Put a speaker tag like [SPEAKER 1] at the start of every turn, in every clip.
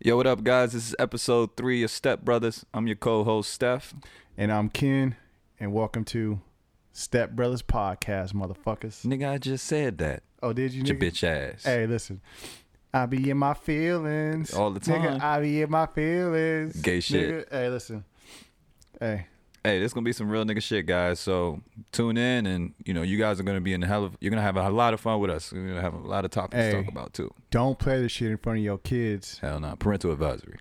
[SPEAKER 1] Yo, what up, guys? This is episode three of Step Brothers. I'm your co-host Steph.
[SPEAKER 2] And I'm Ken, and welcome to Step Brothers Podcast, motherfuckers.
[SPEAKER 1] Nigga, I just said that.
[SPEAKER 2] Oh, did you,
[SPEAKER 1] Get your
[SPEAKER 2] nigga?
[SPEAKER 1] bitch ass.
[SPEAKER 2] Hey, listen. I be in my feelings
[SPEAKER 1] All the time.
[SPEAKER 2] Nigga, I be in my feelings.
[SPEAKER 1] Gay shit.
[SPEAKER 2] Nigga. Hey, listen. Hey,
[SPEAKER 1] Hey, this gonna be some real nigga shit, guys. So tune in, and you know you guys are gonna be in the hell of. You're gonna have a lot of fun with us. We're gonna have a lot of topics to
[SPEAKER 2] Hey.
[SPEAKER 1] talk about too.
[SPEAKER 2] don't play this shit in front of your kids.
[SPEAKER 1] Hell no, parental advisory.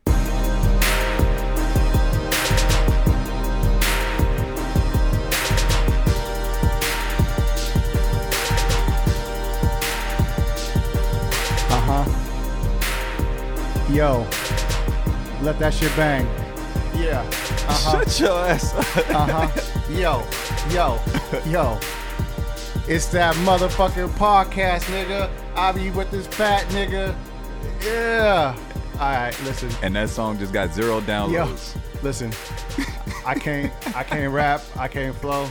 [SPEAKER 1] Uh-huh.
[SPEAKER 2] Uh huh. Yo, let that shit bang. Yeah. Uh huh.
[SPEAKER 1] Shut your ass up.
[SPEAKER 2] Uh huh. yo, yo, yo. It's that motherfucking podcast, nigga. I be with this fat nigga. Yeah. All right, listen.
[SPEAKER 1] And that song just got zero
[SPEAKER 2] Yo,
[SPEAKER 1] downloads.
[SPEAKER 2] listen. I can't, I can't rap. I can't flow.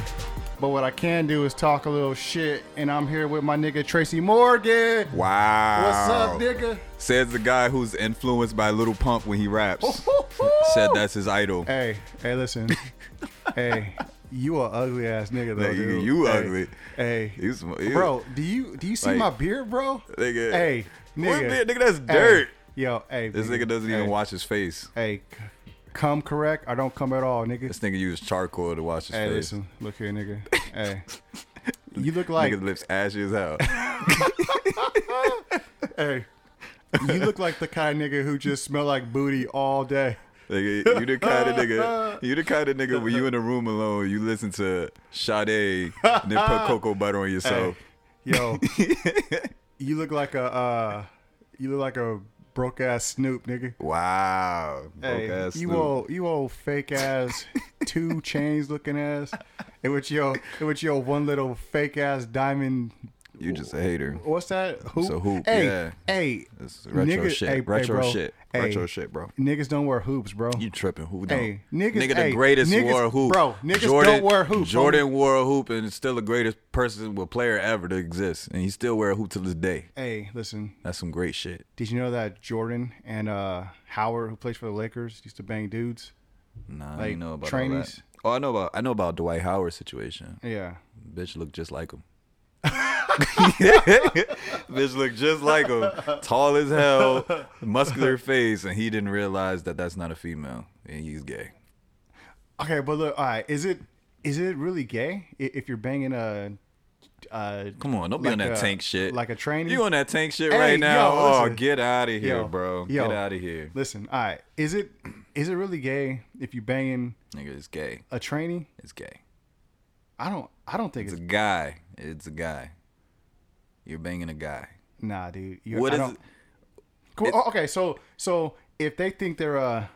[SPEAKER 2] But what I can do is talk a little shit, and I'm here with my nigga Tracy Morgan. What's
[SPEAKER 1] Wow.
[SPEAKER 2] up, nigga?
[SPEAKER 1] Says the guy who's influenced by Little Pump when he raps. Said that's his idol.
[SPEAKER 2] Oh, Hey, hey, listen. hey, you a ugly ass nigga though.
[SPEAKER 1] Nigga,
[SPEAKER 2] dude.
[SPEAKER 1] you
[SPEAKER 2] Hey,
[SPEAKER 1] ugly.
[SPEAKER 2] Hey,
[SPEAKER 1] He's- he-
[SPEAKER 2] bro, do you do you see
[SPEAKER 1] Like,
[SPEAKER 2] my beard, bro?
[SPEAKER 1] Nigga.
[SPEAKER 2] Hey, nigga.
[SPEAKER 1] What beard? Nigga, that's
[SPEAKER 2] Hey,
[SPEAKER 1] dirt.
[SPEAKER 2] yo, hey,
[SPEAKER 1] This nigga doesn't even
[SPEAKER 2] hey,
[SPEAKER 1] wash his face.
[SPEAKER 2] Hey, c- come correct or don't come at all, nigga.
[SPEAKER 1] This nigga used charcoal to wash his
[SPEAKER 2] Hey,
[SPEAKER 1] face.
[SPEAKER 2] listen, look here, nigga. hey, you look like
[SPEAKER 1] Nigga's lips ashy as hell.
[SPEAKER 2] hey, you look like the kind of nigga who just smell like booty all day.
[SPEAKER 1] nigga, you the kind of nigga. You the kind of nigga when you in a room alone, you listen to Sade, then put cocoa butter on yourself.
[SPEAKER 2] Yo, you look like a uh, you look like a broke ass Snoop, nigga.
[SPEAKER 1] Wow.
[SPEAKER 2] Hey,
[SPEAKER 1] Broke ass
[SPEAKER 2] you
[SPEAKER 1] Snoop.
[SPEAKER 2] old you old fake ass two chains looking ass, and with your and with your one little fake ass diamond.
[SPEAKER 1] You just a hater.
[SPEAKER 2] What's that? Hoop?
[SPEAKER 1] It's a hoop,
[SPEAKER 2] Hey,
[SPEAKER 1] yeah.
[SPEAKER 2] hey,
[SPEAKER 1] This is retro
[SPEAKER 2] nigga-
[SPEAKER 1] shit.
[SPEAKER 2] hey, hey,
[SPEAKER 1] retro
[SPEAKER 2] bro.
[SPEAKER 1] shit.
[SPEAKER 2] Hey,
[SPEAKER 1] retro shit, bro.
[SPEAKER 2] Niggas don't wear hoops, bro.
[SPEAKER 1] You tripping? Who don't?
[SPEAKER 2] Hey, niggas-
[SPEAKER 1] nigga, the
[SPEAKER 2] hey,
[SPEAKER 1] greatest
[SPEAKER 2] niggas-
[SPEAKER 1] wore a hoop,
[SPEAKER 2] bro, niggas don't wear a hoop,
[SPEAKER 1] Jordan wore a hoop and is still the greatest person, well, player ever to exist, and he still wear a hoop to this day.
[SPEAKER 2] hey, listen.
[SPEAKER 1] That's some great shit.
[SPEAKER 2] Did you know that Jordan and uh, Howard, who plays for the Lakers, used to bang dudes?
[SPEAKER 1] Nah, I
[SPEAKER 2] Like,
[SPEAKER 1] ain't know about all that.
[SPEAKER 2] trainees?
[SPEAKER 1] Oh, I know about I know about Dwight Howard's situation.
[SPEAKER 2] Yeah.
[SPEAKER 1] Bitch look just like him. Bitch look just like him. Tall as hell, muscular face, and he didn't realize that that's not a female and he's gay.
[SPEAKER 2] Okay, but look, all right. Is it is it really gay i- if you're banging a? Uh,
[SPEAKER 1] Come on, don't be on
[SPEAKER 2] Like
[SPEAKER 1] that
[SPEAKER 2] a-
[SPEAKER 1] tank shit.
[SPEAKER 2] like a trainee?
[SPEAKER 1] You on that tank shit
[SPEAKER 2] Hey,
[SPEAKER 1] right now?
[SPEAKER 2] yo,
[SPEAKER 1] oh,
[SPEAKER 2] listen.
[SPEAKER 1] get out of here,
[SPEAKER 2] Yo,
[SPEAKER 1] bro.
[SPEAKER 2] yo.
[SPEAKER 1] Get out of here.
[SPEAKER 2] listen, all right. Is it is it really gay if you banging
[SPEAKER 1] Nigga, it's gay.
[SPEAKER 2] a trainee?
[SPEAKER 1] It's gay.
[SPEAKER 2] I don't. I don't think
[SPEAKER 1] It's
[SPEAKER 2] it's,
[SPEAKER 1] a guy. It's a guy. You're banging a guy.
[SPEAKER 2] nah, dude. You,
[SPEAKER 1] What
[SPEAKER 2] I
[SPEAKER 1] is
[SPEAKER 2] don't- Cool, oh, okay, so so if they think they're a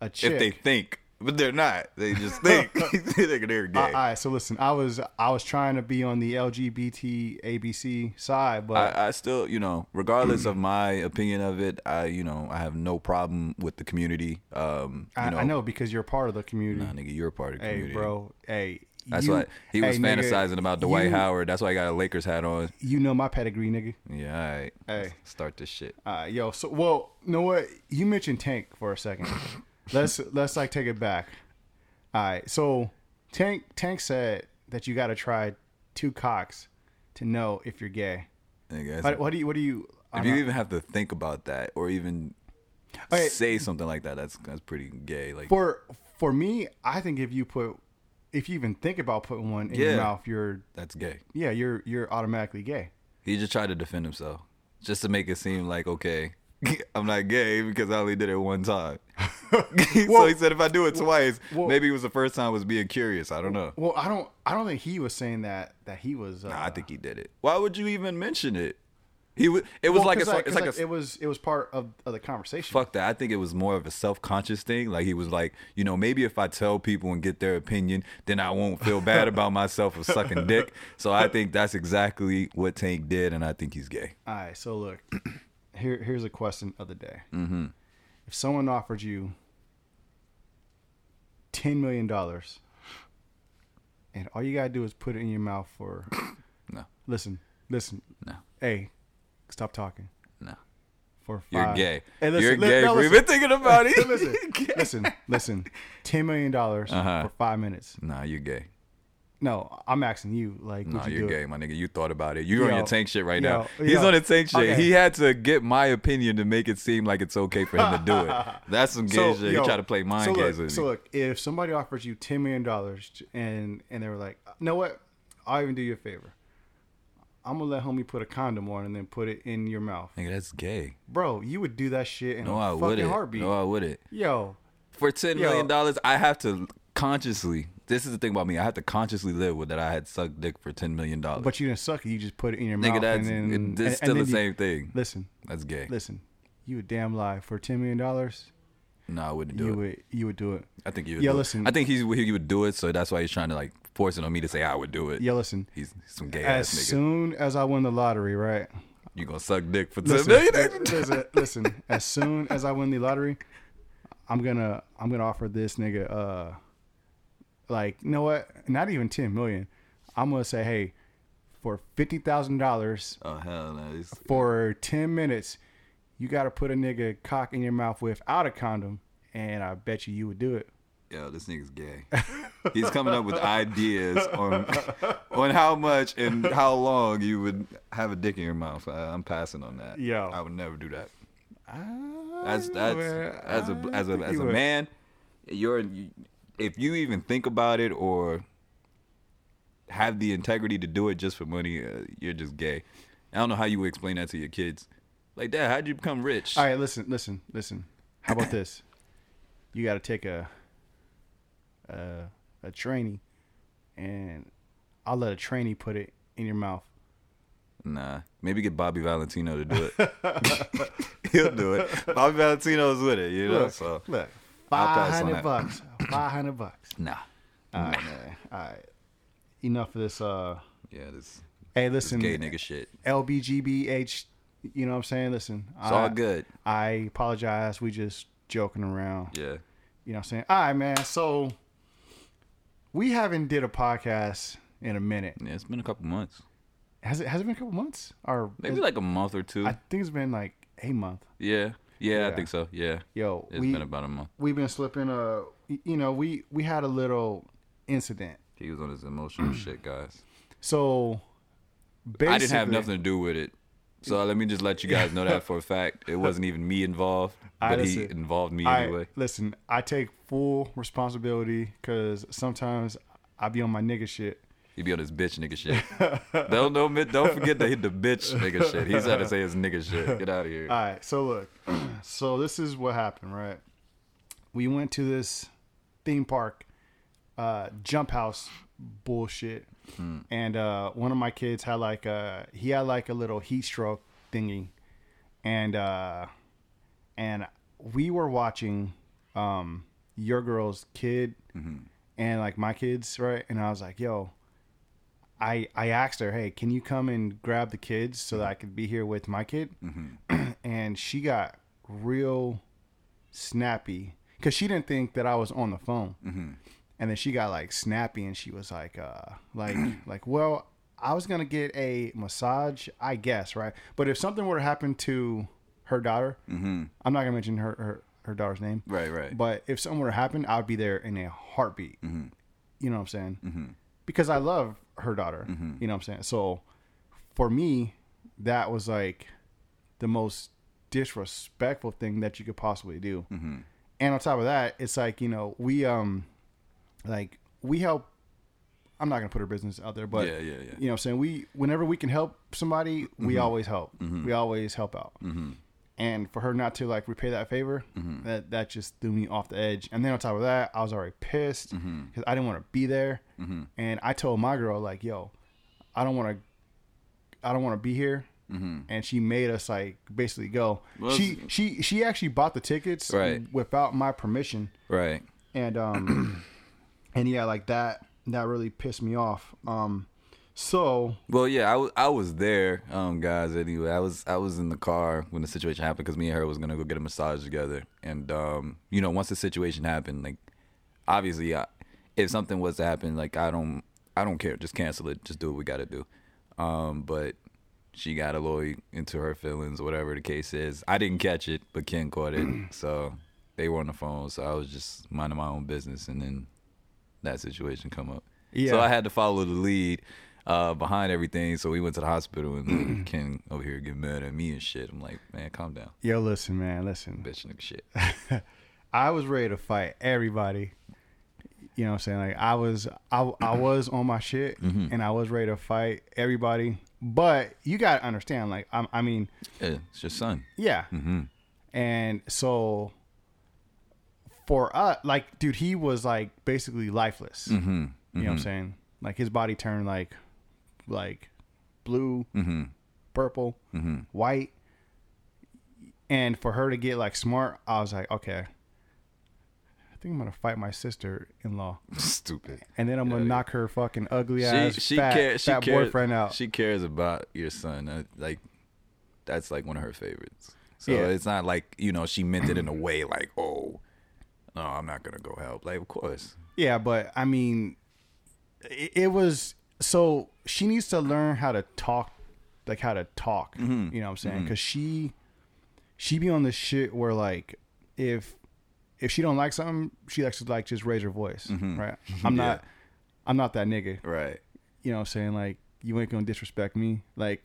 [SPEAKER 2] a chick,
[SPEAKER 1] if they think, but they're not. They just think Nigga, they're gay.
[SPEAKER 2] all right. So listen, I was I was trying to be on the LGBT ABC side, but
[SPEAKER 1] I, I still, you know, regardless of my opinion of it, I, you know, I have no problem with the community. Um, you
[SPEAKER 2] I,
[SPEAKER 1] know,
[SPEAKER 2] I know because you're part of the community.
[SPEAKER 1] Nah, nigga, you're a part of the
[SPEAKER 2] hey,
[SPEAKER 1] community.
[SPEAKER 2] bro. Hey,
[SPEAKER 1] That's
[SPEAKER 2] you-
[SPEAKER 1] why he was
[SPEAKER 2] hey, nigga,
[SPEAKER 1] fantasizing about Dwight
[SPEAKER 2] you-
[SPEAKER 1] Howard. That's why he got a Lakers hat on.
[SPEAKER 2] You know my pedigree, nigga.
[SPEAKER 1] Yeah, all right.
[SPEAKER 2] Hey.
[SPEAKER 1] Start this shit.
[SPEAKER 2] Uh, yo, so well, you know what? You mentioned Tank for a second. let's let's like take it back. All right, so Tank Tank said that you got to try two cocks to know if you're gay.
[SPEAKER 1] Nigga, that's-
[SPEAKER 2] What, what do you? What do you? uh, I
[SPEAKER 1] if
[SPEAKER 2] don't
[SPEAKER 1] you
[SPEAKER 2] know.
[SPEAKER 1] even have to think about that or even
[SPEAKER 2] Okay.
[SPEAKER 1] say something like that, that's that's pretty gay. Like,
[SPEAKER 2] for for me, I think if you put, if you even think about putting one in
[SPEAKER 1] Yeah.
[SPEAKER 2] your mouth, you're
[SPEAKER 1] that's gay.
[SPEAKER 2] yeah, you're you're automatically gay.
[SPEAKER 1] He just tried to defend himself just to make it seem like, okay, I'm not gay because I only did it one time. so he said if I do it twice,
[SPEAKER 2] well-
[SPEAKER 1] maybe it was the first time was being curious. I don't know.
[SPEAKER 2] Well, I don't I don't think he was saying that that he was. Uh,
[SPEAKER 1] I think he did it. Why would you even mention it? He w- it was
[SPEAKER 2] well,
[SPEAKER 1] like
[SPEAKER 2] 'cause
[SPEAKER 1] a, it's
[SPEAKER 2] 'cause
[SPEAKER 1] like, a
[SPEAKER 2] it was it was part of, of the conversation.
[SPEAKER 1] fuck that. I think it was more of a self conscious thing. Like he was like, you know, maybe if I tell people and get their opinion, then I won't feel bad about myself for sucking dick. So I think that's exactly what Tank did, and I think he's gay.
[SPEAKER 2] All right, so look, here here's a question of the day. Mm-hmm. If someone offered you ten million dollars, and all you gotta do is put it in your mouth for,
[SPEAKER 1] No.
[SPEAKER 2] listen, listen,
[SPEAKER 1] No.
[SPEAKER 2] hey, stop talking
[SPEAKER 1] No.
[SPEAKER 2] four, five.
[SPEAKER 1] You're gay.
[SPEAKER 2] Hey, listen,
[SPEAKER 1] You're
[SPEAKER 2] li-
[SPEAKER 1] gay.
[SPEAKER 2] no,
[SPEAKER 1] We've been
[SPEAKER 2] listen.
[SPEAKER 1] thinking about it.
[SPEAKER 2] listen, listen, listen. Ten million dollars
[SPEAKER 1] Uh-huh.
[SPEAKER 2] for five minutes.
[SPEAKER 1] Nah, you're gay.
[SPEAKER 2] No, I'm asking you. Like,
[SPEAKER 1] Nah,
[SPEAKER 2] would you
[SPEAKER 1] you're
[SPEAKER 2] do it?
[SPEAKER 1] gay, my nigga. You thought about it. You're on
[SPEAKER 2] Yo,
[SPEAKER 1] your tank shit right now.
[SPEAKER 2] yo,
[SPEAKER 1] He's
[SPEAKER 2] yo.
[SPEAKER 1] on the tank shit.
[SPEAKER 2] Okay.
[SPEAKER 1] He had to get my opinion to make it seem like it's okay for him to do it. That's some gay shit.
[SPEAKER 2] yo,
[SPEAKER 1] he tried to play mind
[SPEAKER 2] so look,
[SPEAKER 1] games with
[SPEAKER 2] So
[SPEAKER 1] me.
[SPEAKER 2] look, if somebody offers you ten million dollars and and they were like, you know what? I'll even do you a favor. I'm gonna let homie put a condom on and then put it in your mouth,
[SPEAKER 1] Nigga, that's gay.
[SPEAKER 2] bro. You would do that shit in
[SPEAKER 1] No,
[SPEAKER 2] a
[SPEAKER 1] I
[SPEAKER 2] fucking
[SPEAKER 1] wouldn't.
[SPEAKER 2] heartbeat,
[SPEAKER 1] No, I wouldn't.
[SPEAKER 2] yo.
[SPEAKER 1] For ten
[SPEAKER 2] Yo.
[SPEAKER 1] million dollars, I have to consciously. This is the thing about me. I have to consciously live with that. I had sucked dick for ten million dollars.
[SPEAKER 2] But you didn't suck it. You just put it in your
[SPEAKER 1] Nigga,
[SPEAKER 2] mouth
[SPEAKER 1] that's
[SPEAKER 2] and then
[SPEAKER 1] it- it's
[SPEAKER 2] and-
[SPEAKER 1] still
[SPEAKER 2] and
[SPEAKER 1] the
[SPEAKER 2] then you-
[SPEAKER 1] same thing.
[SPEAKER 2] Listen,
[SPEAKER 1] That's gay.
[SPEAKER 2] listen. You a damn lie for ten million dollars.
[SPEAKER 1] No, I wouldn't do
[SPEAKER 2] You
[SPEAKER 1] it.
[SPEAKER 2] would you would do it.
[SPEAKER 1] I think you. Would
[SPEAKER 2] Yeah,
[SPEAKER 1] do it.
[SPEAKER 2] listen.
[SPEAKER 1] I think he's he would do it, so that's why he's trying to like force it on me to say I would do it.
[SPEAKER 2] Yeah, listen.
[SPEAKER 1] He's some gay
[SPEAKER 2] As
[SPEAKER 1] ass nigga.
[SPEAKER 2] soon as I win the lottery, right?
[SPEAKER 1] you gonna suck dick for ten
[SPEAKER 2] Listen,
[SPEAKER 1] million?
[SPEAKER 2] listen, listen, as soon as I win the lottery, I'm gonna I'm gonna offer this nigga uh like you know what? Not even ten million. I'm gonna say, hey, for fifty thousand dollars
[SPEAKER 1] Oh hell no! It's,
[SPEAKER 2] for ten minutes, you gotta put a nigga cock in your mouth without a condom, and I bet you you would do it.
[SPEAKER 1] yo, this nigga's gay. He's coming up with ideas on on how much and how long you would have a dick in your mouth. I, I'm passing on that.
[SPEAKER 2] Yo.
[SPEAKER 1] I would never do that. As that's
[SPEAKER 2] Well,
[SPEAKER 1] as a
[SPEAKER 2] I
[SPEAKER 1] as a
[SPEAKER 2] think
[SPEAKER 1] as
[SPEAKER 2] you
[SPEAKER 1] a
[SPEAKER 2] would.
[SPEAKER 1] man, you're you, if you even think about it or have the integrity to do it just for money, uh, you're just gay. I don't know how you would explain that to your kids. Like, Dad, how'd you become rich?
[SPEAKER 2] All right, listen, listen, listen. How about this? You got to take a, a a trainee, and I'll let a trainee put it in your mouth.
[SPEAKER 1] Nah, maybe get Bobby Valentino to do it. He'll do it. Bobby Valentino's with it, you know. so
[SPEAKER 2] look,
[SPEAKER 1] I'll
[SPEAKER 2] five
[SPEAKER 1] pass on
[SPEAKER 2] hundred
[SPEAKER 1] that.
[SPEAKER 2] bucks, five hundred bucks.
[SPEAKER 1] nah,
[SPEAKER 2] All right, man. All right. Enough of this. Uh,
[SPEAKER 1] yeah, this
[SPEAKER 2] hey, listen,
[SPEAKER 1] gay nigga shit.
[SPEAKER 2] LBGBH. You know what I'm saying? Listen,
[SPEAKER 1] It's all good.
[SPEAKER 2] I apologize. We just joking around.
[SPEAKER 1] Yeah,
[SPEAKER 2] You know what I'm saying? All right, man. So we haven't did a podcast in a minute.
[SPEAKER 1] yeah. It's been a couple months,
[SPEAKER 2] Has it has it been a couple months? Or
[SPEAKER 1] maybe like a month or two.
[SPEAKER 2] I think it's been like a month.
[SPEAKER 1] yeah. yeah, I
[SPEAKER 2] Yeah.
[SPEAKER 1] think so. Yeah,
[SPEAKER 2] Yo,
[SPEAKER 1] it's
[SPEAKER 2] we
[SPEAKER 1] been about a month.
[SPEAKER 2] we've been slipping uh y- you know, we we had a little incident.
[SPEAKER 1] He was on his emotional shit, guys.
[SPEAKER 2] So Mm. basically
[SPEAKER 1] I didn't have nothing to do with it. So let me just let you guys know that for a fact. It wasn't even me involved,
[SPEAKER 2] I
[SPEAKER 1] but he
[SPEAKER 2] listen.
[SPEAKER 1] involved me
[SPEAKER 2] I,
[SPEAKER 1] anyway.
[SPEAKER 2] Listen, I take full responsibility cuz sometimes I be on my nigga shit.
[SPEAKER 1] He be on his bitch nigga shit. don't don't mi- don't forget to hit the bitch nigga shit. He's had to say his nigga shit. Get out of here.
[SPEAKER 2] All right, so look, so this is what happened, right? We went to this theme park, uh, jump house bullshit, and uh, one of my kids had like a he had like a little heat stroke thingy, and uh, and we were watching um, your girl's kid and like my kids, right? And I was like, yo. I, I asked her, hey, can you come and grab the kids so that I could be here with my kid? and she got real snappy because she didn't think that I was on the phone. And then she got like snappy, and she was like, uh, like, like, well, I was gonna get a massage, I guess, right? But if something were to happen to her daughter, I'm not gonna mention her her, her daughter's name,
[SPEAKER 1] Right, right. Mm-hmm.
[SPEAKER 2] But if something were to happen, I'd be there in a heartbeat. You know what I'm saying? Because I love her daughter.
[SPEAKER 1] Mm-hmm.
[SPEAKER 2] You know what I'm saying? So for me, that was like the most disrespectful thing that you could possibly do.
[SPEAKER 1] Mm-hmm.
[SPEAKER 2] And on top of that, it's like you know we um like we help. I'm not gonna put her business out there, but
[SPEAKER 1] Yeah, yeah, yeah. Mm-hmm.
[SPEAKER 2] you know what I'm saying we whenever we can help somebody, we always help. We always help out. And for her not to like repay that favor,
[SPEAKER 1] Mm-hmm.
[SPEAKER 2] that that just threw me off the edge. And then on top of that, I was already pissed because
[SPEAKER 1] Mm-hmm.
[SPEAKER 2] I didn't want to be there. And I told my girl like, "Yo, I don't want to I don't want to be here. And she made us like basically go.
[SPEAKER 1] Mm-hmm. Well,
[SPEAKER 2] she she she actually bought the tickets
[SPEAKER 1] Right.
[SPEAKER 2] without my permission,
[SPEAKER 1] Right.
[SPEAKER 2] and um, and yeah, like that that really pissed me off. Um, so
[SPEAKER 1] Well, yeah, I, w- I was there, um, guys. Anyway, I was I was in the car when the situation happened because me and her was gonna go get a massage together, and um, you know, once the situation happened, like obviously, I, if something was to happen, like I don't I don't care, just cancel it, just do what we gotta do. Um, but she got a little into her feelings, whatever the case is. I didn't catch it, but Ken caught it. so they were on the phone, so I was just minding my own business, and then that situation come up.
[SPEAKER 2] Yeah.
[SPEAKER 1] So I had to follow the lead uh, behind everything. So we went to the hospital, and then Ken over here get mad at me and shit. I'm like, man, calm down,
[SPEAKER 2] Yo, listen, man, listen.
[SPEAKER 1] bitch, nigga, shit.
[SPEAKER 2] I was ready to fight everybody. You know what I'm saying? Like I was I I was on my shit and I was ready to fight everybody. But you got to understand like I I mean,
[SPEAKER 1] Yeah, it's your son. Mm-hmm.
[SPEAKER 2] yeah. And so for us like dude, he was like basically lifeless.
[SPEAKER 1] Mm-hmm.
[SPEAKER 2] You know what I'm saying? Like his body turned like like blue,
[SPEAKER 1] Mm-hmm.
[SPEAKER 2] purple, white. And for her to get like smart, I was like, okay, I think I'm gonna fight my sister in law,
[SPEAKER 1] Stupid.
[SPEAKER 2] and then I'm gonna knock her fucking ugly ass
[SPEAKER 1] she
[SPEAKER 2] fat,
[SPEAKER 1] cares. She
[SPEAKER 2] fat
[SPEAKER 1] cares.
[SPEAKER 2] boyfriend out.
[SPEAKER 1] She cares about your son. Uh, Like that's like one of her favorites. So
[SPEAKER 2] Yeah.
[SPEAKER 1] it's not like you know she meant it in a way like oh no I'm not gonna go help. Like of course
[SPEAKER 2] yeah, but I mean, it, it was so she needs to learn how to talk, like how to talk.
[SPEAKER 1] Mm-hmm.
[SPEAKER 2] You know what I'm saying? Because she she be on this shit where like if if she don't like something, she likes to like just raise her voice,
[SPEAKER 1] Mm-hmm.
[SPEAKER 2] right? I'm not I'm not that nigga.
[SPEAKER 1] right.
[SPEAKER 2] you know what I'm saying? Like, you ain't gonna disrespect me. Like,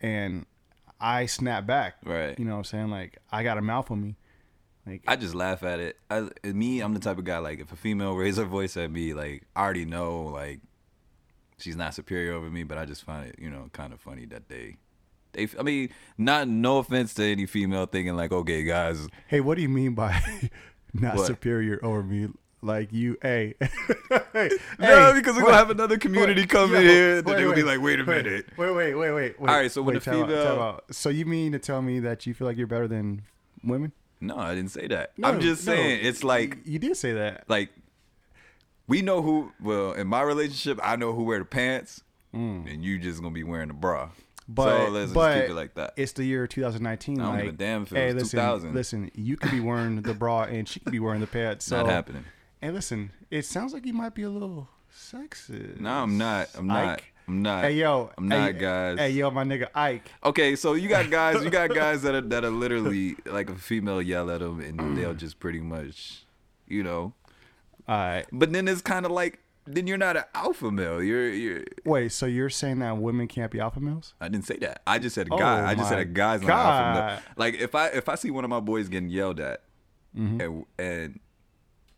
[SPEAKER 2] and I snap back.
[SPEAKER 1] Right.
[SPEAKER 2] You know what I'm saying? Like, I got a mouth on me. Like,
[SPEAKER 1] I just laugh at it. I, me, I'm the type of guy like if a female raise her voice at me, like I already know like she's not superior over me, but I just find it you know kind of funny that they. They, I mean, not no offense to any female thinking like, okay, guys,
[SPEAKER 2] hey, what do you mean by not
[SPEAKER 1] What?
[SPEAKER 2] superior over me? Like, you, hey. hey
[SPEAKER 1] no, because we're gonna have another community come in here, and then they
[SPEAKER 2] will
[SPEAKER 1] would be like, wait a minute.
[SPEAKER 2] Wait, wait, wait, wait. wait
[SPEAKER 1] All right, so when
[SPEAKER 2] wait,
[SPEAKER 1] the
[SPEAKER 2] time out,
[SPEAKER 1] female-
[SPEAKER 2] time out. So you mean to tell me that you feel like you're better than women?
[SPEAKER 1] No, I didn't say that.
[SPEAKER 2] No,
[SPEAKER 1] I'm just
[SPEAKER 2] no.
[SPEAKER 1] saying it's like
[SPEAKER 2] You did say that.
[SPEAKER 1] like we know who well in my relationship I know who wear the pants and you just gonna be wearing the bra.
[SPEAKER 2] Mm. But,
[SPEAKER 1] so let's
[SPEAKER 2] but
[SPEAKER 1] just keep it like that.
[SPEAKER 2] It's the year 2019.
[SPEAKER 1] I don't
[SPEAKER 2] like,
[SPEAKER 1] give a damn if it
[SPEAKER 2] hey,
[SPEAKER 1] was
[SPEAKER 2] listen,
[SPEAKER 1] 2000.
[SPEAKER 2] Listen, you could be wearing the bra and she could be wearing the pants. So,
[SPEAKER 1] Not happening.
[SPEAKER 2] Hey, listen, it sounds like you might be a little sexist.
[SPEAKER 1] No, I'm not. I'm not.
[SPEAKER 2] Ike.
[SPEAKER 1] I'm not.
[SPEAKER 2] Hey, yo.
[SPEAKER 1] I'm not,
[SPEAKER 2] hey,
[SPEAKER 1] guys.
[SPEAKER 2] Hey, yo, my nigga Ike.
[SPEAKER 1] Okay, so you got guys, you got guys that are that are literally like a female yell at them and they'll
[SPEAKER 2] Mm.
[SPEAKER 1] just pretty much, you know.
[SPEAKER 2] All right.
[SPEAKER 1] But then it's kind of like then you're not an alpha male. You're you're
[SPEAKER 2] Wait, so you're saying that women can't be alpha males?
[SPEAKER 1] I didn't say that. I just said guy. I just
[SPEAKER 2] Oh my
[SPEAKER 1] said a guy's not alpha male.
[SPEAKER 2] God.
[SPEAKER 1] Like if I if I see one of my boys getting yelled at,
[SPEAKER 2] Mm-hmm.
[SPEAKER 1] and and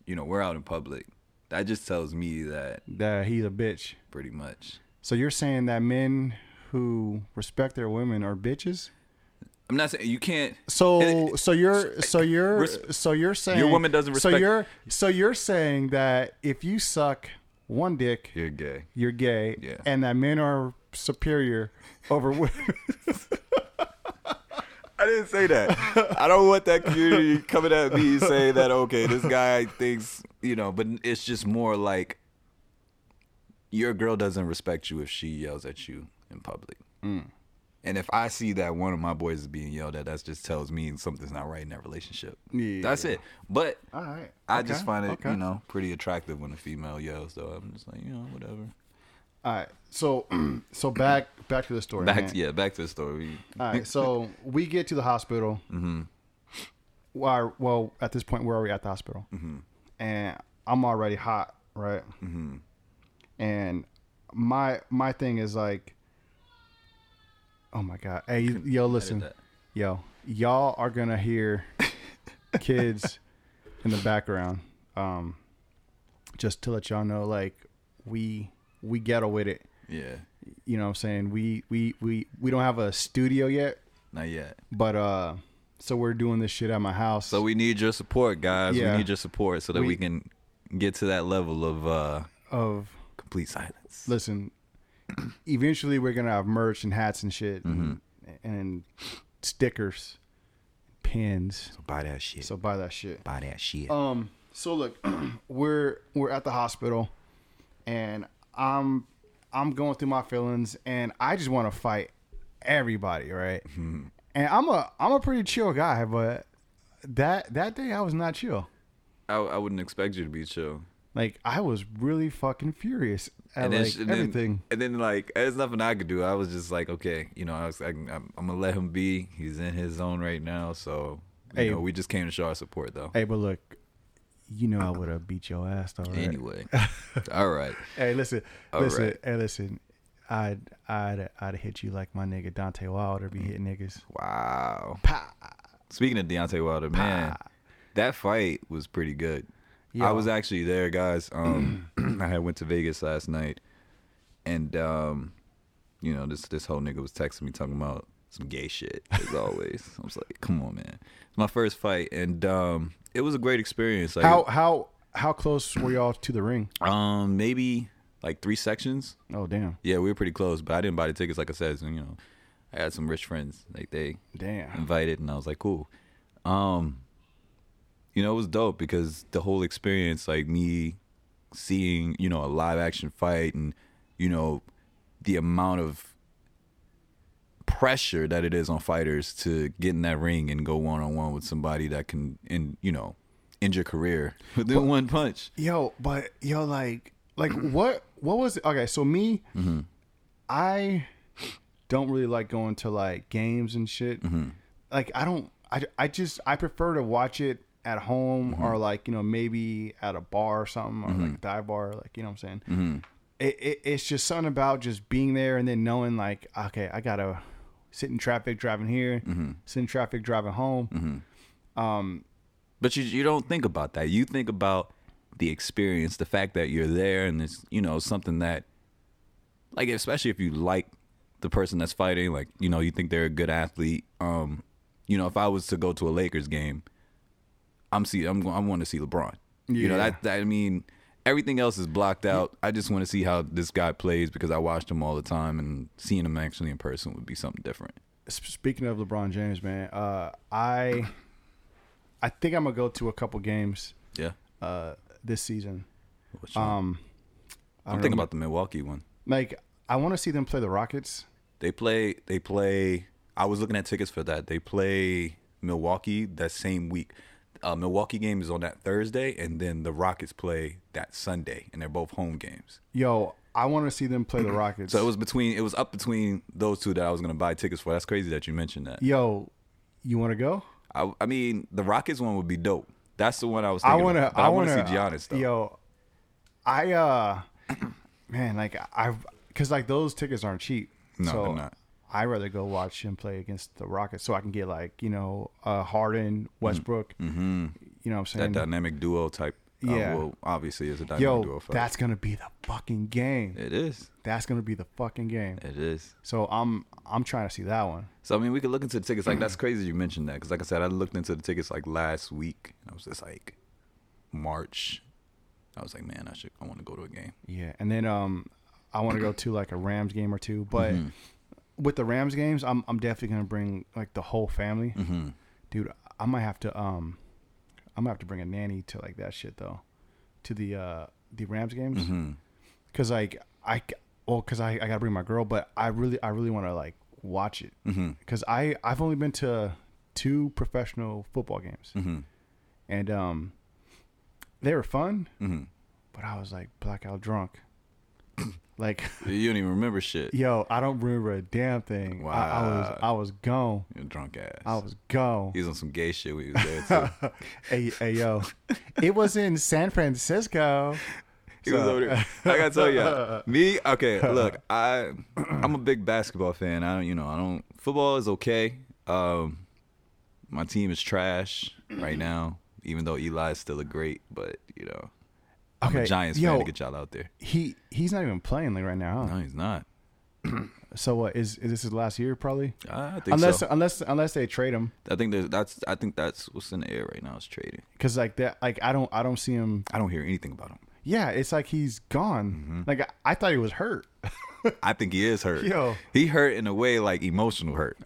[SPEAKER 1] you know we're out in public, that just tells me that
[SPEAKER 2] That he's a bitch.
[SPEAKER 1] pretty much.
[SPEAKER 2] So you're saying that men who respect their women are bitches?
[SPEAKER 1] I'm not saying you can't.
[SPEAKER 2] So
[SPEAKER 1] It-
[SPEAKER 2] so you're so you're
[SPEAKER 1] Res-
[SPEAKER 2] so you're saying
[SPEAKER 1] woman doesn't
[SPEAKER 2] So
[SPEAKER 1] respect-
[SPEAKER 2] you're so you're saying that if you suck one dick,
[SPEAKER 1] You're gay.
[SPEAKER 2] you're gay,
[SPEAKER 1] Yeah.
[SPEAKER 2] and that men are superior over women.
[SPEAKER 1] I didn't say that. I don't want that community coming at me saying that okay, this guy thinks you know. But it's just more like your girl doesn't respect you if she yells at you in public.
[SPEAKER 2] Mm.
[SPEAKER 1] And if I see that one of my boys is being yelled at, that just tells me something's not right in that relationship.
[SPEAKER 2] Yeah.
[SPEAKER 1] That's it. But
[SPEAKER 2] All right,
[SPEAKER 1] I just
[SPEAKER 2] Okay.
[SPEAKER 1] find it,
[SPEAKER 2] Okay.
[SPEAKER 1] you know, pretty attractive when a female yells. Though I'm just like, you know, whatever.
[SPEAKER 2] All right, so so back back to the story.
[SPEAKER 1] Back
[SPEAKER 2] man.
[SPEAKER 1] to yeah, back to the story.
[SPEAKER 2] All right, so we get to the hospital. Mm-hmm. Well, well, at this point, we're already at the hospital, mm-hmm. and I'm already hot, right? Mm-hmm. And my my thing is like, oh my god, hey, you- yo, listen,
[SPEAKER 1] that.
[SPEAKER 2] yo, y'all are gonna hear kids in the background. Um, just to let y'all know, like, we we ghetto with it.
[SPEAKER 1] Yeah,
[SPEAKER 2] You know what I'm saying? We we we we don't have a studio yet.
[SPEAKER 1] not yet.
[SPEAKER 2] But uh, so we're doing this shit at my house.
[SPEAKER 1] So we need your support, guys.
[SPEAKER 2] Yeah.
[SPEAKER 1] We need your support so that we,
[SPEAKER 2] We-
[SPEAKER 1] can get to that level of uh,
[SPEAKER 2] of
[SPEAKER 1] complete silence.
[SPEAKER 2] listen, eventually we're gonna have merch and hats and shit
[SPEAKER 1] Mm-hmm.
[SPEAKER 2] and, and stickers, pins.
[SPEAKER 1] Buy that shit.
[SPEAKER 2] So buy that shit.
[SPEAKER 1] Buy that shit.
[SPEAKER 2] Um. So look, we're we're at the hospital, and I'm I'm going through my feelings, and I just want to fight everybody, right?
[SPEAKER 1] Mm-hmm.
[SPEAKER 2] And I'm a I'm a pretty chill guy, but that that day I was not chill.
[SPEAKER 1] I, I wouldn't expect you to be chill.
[SPEAKER 2] Like I was really fucking furious at
[SPEAKER 1] and then,
[SPEAKER 2] like
[SPEAKER 1] sh- and then-
[SPEAKER 2] everything.
[SPEAKER 1] and then like there's nothing I could do. I was just like, okay, you know, I was, I, I'm, I'm gonna let him be. He's in his zone right now. So you
[SPEAKER 2] Hey.
[SPEAKER 1] know, we just came to show our support though.
[SPEAKER 2] hey, but look, you know I would have beat your ass though. Right?
[SPEAKER 1] Anyway, all right.
[SPEAKER 2] Hey, listen,
[SPEAKER 1] All
[SPEAKER 2] listen,
[SPEAKER 1] right.
[SPEAKER 2] hey, listen. I'd I'd I'd hit you like my nigga Dante Wilder be hitting niggas.
[SPEAKER 1] Wow.
[SPEAKER 2] Pa.
[SPEAKER 1] Speaking of Deontay Wilder, man, that fight was pretty good. I
[SPEAKER 2] Yeah.
[SPEAKER 1] was actually there, guys. Um, I had went to Vegas last night, and um, you know this this whole nigga was texting me talking about some gay shit as always. I was like, come on, man. It's my first fight, and um, it was a great experience. Like,
[SPEAKER 2] How how how close were y'all to the ring?
[SPEAKER 1] um, maybe like three sections.
[SPEAKER 2] Oh damn,
[SPEAKER 1] Yeah, we were pretty close, but I didn't buy the tickets. Like I said, so, you know, I had some rich friends. Like they
[SPEAKER 2] damn.
[SPEAKER 1] invited and I was like, cool. Um, you know, it was dope because the whole experience, like me seeing, you know, a live action fight and, you know, the amount of pressure that it is on fighters to get in that ring and go one on one with somebody that can and you know, end your career within one punch.
[SPEAKER 2] Yo, but yo, like like what what was okay? So me, I don't really like going to like games and shit. Like I don't. I, I just I prefer to watch it at home or like you know maybe at a bar or something or like a dive bar. Like you know what I'm saying. It, it it's just something about just being there and then knowing like okay I gotta sit in traffic driving here, sit in traffic driving home.
[SPEAKER 1] But you you don't think about that. You think about the experience, the fact that you're there, and it's you know something that, like especially if you like the person that's fighting, like you know you think they're a good athlete. Um, you know if I was to go to a Lakers game, I'm see I'm I want to see LeBron. You know
[SPEAKER 2] Yeah.
[SPEAKER 1] that, that I mean everything else is blocked out. I just want to see how this guy plays because I watched him all the time, and seeing him actually in person would be something different.
[SPEAKER 2] sp- speaking of LeBron James, man, uh, I I think I'm gonna go to a couple games
[SPEAKER 1] Yeah,
[SPEAKER 2] uh, this season.
[SPEAKER 1] Which one?
[SPEAKER 2] Um,
[SPEAKER 1] I'm thinking about the Milwaukee one.
[SPEAKER 2] like I want to see them play the Rockets.
[SPEAKER 1] They play. They play. I was looking at tickets for that. They play Milwaukee that same week. Uh, Milwaukee game is on that Thursday, and then the Rockets play that Sunday, and they're both home games.
[SPEAKER 2] Yo, I want to see them play the Rockets.
[SPEAKER 1] So it was between. It was up between those two that I was gonna buy tickets for. That's crazy that you mentioned that.
[SPEAKER 2] yo, you want to go?
[SPEAKER 1] I, I mean, the Rockets one would be dope. That's the one I was.
[SPEAKER 2] I
[SPEAKER 1] Thinking
[SPEAKER 2] want to.
[SPEAKER 1] about. But
[SPEAKER 2] I
[SPEAKER 1] wanna
[SPEAKER 2] want to
[SPEAKER 1] see Giannis though.
[SPEAKER 2] Yo, I uh, man, like I, because like those tickets aren't cheap.
[SPEAKER 1] No,
[SPEAKER 2] so
[SPEAKER 1] they're not.
[SPEAKER 2] I rather go watch him play against the Rockets, so I can get like you know uh, Harden, Westbrook. You know what I'm
[SPEAKER 1] Mm-hmm. that
[SPEAKER 2] saying?
[SPEAKER 1] dynamic duo type. uh,
[SPEAKER 2] Yeah.
[SPEAKER 1] well, obviously, is a dynamic duo.
[SPEAKER 2] Yo,
[SPEAKER 1] First.
[SPEAKER 2] that's gonna be the fucking game.
[SPEAKER 1] it is.
[SPEAKER 2] That's gonna be the fucking game.
[SPEAKER 1] It is.
[SPEAKER 2] So I'm I'm trying to see that one.
[SPEAKER 1] So I mean, we could look into the tickets. Like that's crazy you mentioned that because, like I said, I looked into the tickets like last week. I was just like March. I was like, man, I should. I want to go to a game.
[SPEAKER 2] Yeah, and then um, I want to go to like a Rams game or two. But with the Rams games, I'm I'm definitely gonna bring like the whole family.
[SPEAKER 1] Mm. Mm-hmm.
[SPEAKER 2] Dude, I might have to um, I'm gonna have to bring a nanny to like that shit though, to the uh the Rams games,
[SPEAKER 1] Mm-hmm.
[SPEAKER 2] because like I c- well, because I I gotta bring my girl, but I really I really want to like watch it
[SPEAKER 1] Mm-hmm.
[SPEAKER 2] because I I've only been to two professional football games,
[SPEAKER 1] Mm-hmm.
[SPEAKER 2] and um, they were fun
[SPEAKER 1] Mm-hmm.
[SPEAKER 2] but I was like blackout drunk. like,
[SPEAKER 1] You don't even remember shit.
[SPEAKER 2] yo, I don't remember a damn thing. I, I was
[SPEAKER 1] Wow.
[SPEAKER 2] I was gone.
[SPEAKER 1] You're drunk ass.
[SPEAKER 2] I was gone.
[SPEAKER 1] He was on some gay shit when he was there too.
[SPEAKER 2] hey, hey, yo, it was in San Francisco.
[SPEAKER 1] He was
[SPEAKER 2] So-
[SPEAKER 1] over there. I gotta tell you, me. Okay, look, I I'm a big basketball fan. I don't, you know, I don't. Football is okay. Um, my team is trash right now. Even though Eli is still a great, but you know, I'm a
[SPEAKER 2] Okay,
[SPEAKER 1] Giants
[SPEAKER 2] yo.
[SPEAKER 1] fan to get y'all out there.
[SPEAKER 2] He he's not even playing like right now. Huh?
[SPEAKER 1] No, he's not.
[SPEAKER 2] So what is is this his last year probably?
[SPEAKER 1] I think
[SPEAKER 2] Unless
[SPEAKER 1] so.
[SPEAKER 2] unless unless they trade him
[SPEAKER 1] I think there's that's I think that's what's in the air right now is trading.
[SPEAKER 2] because like that like I don't I don't see him.
[SPEAKER 1] I don't hear anything about him.
[SPEAKER 2] Yeah, it's like he's gone.
[SPEAKER 1] Mm-hmm.
[SPEAKER 2] Like I, I thought he was hurt.
[SPEAKER 1] I think he is hurt.
[SPEAKER 2] Yo.
[SPEAKER 1] He hurt in a way like emotional hurt.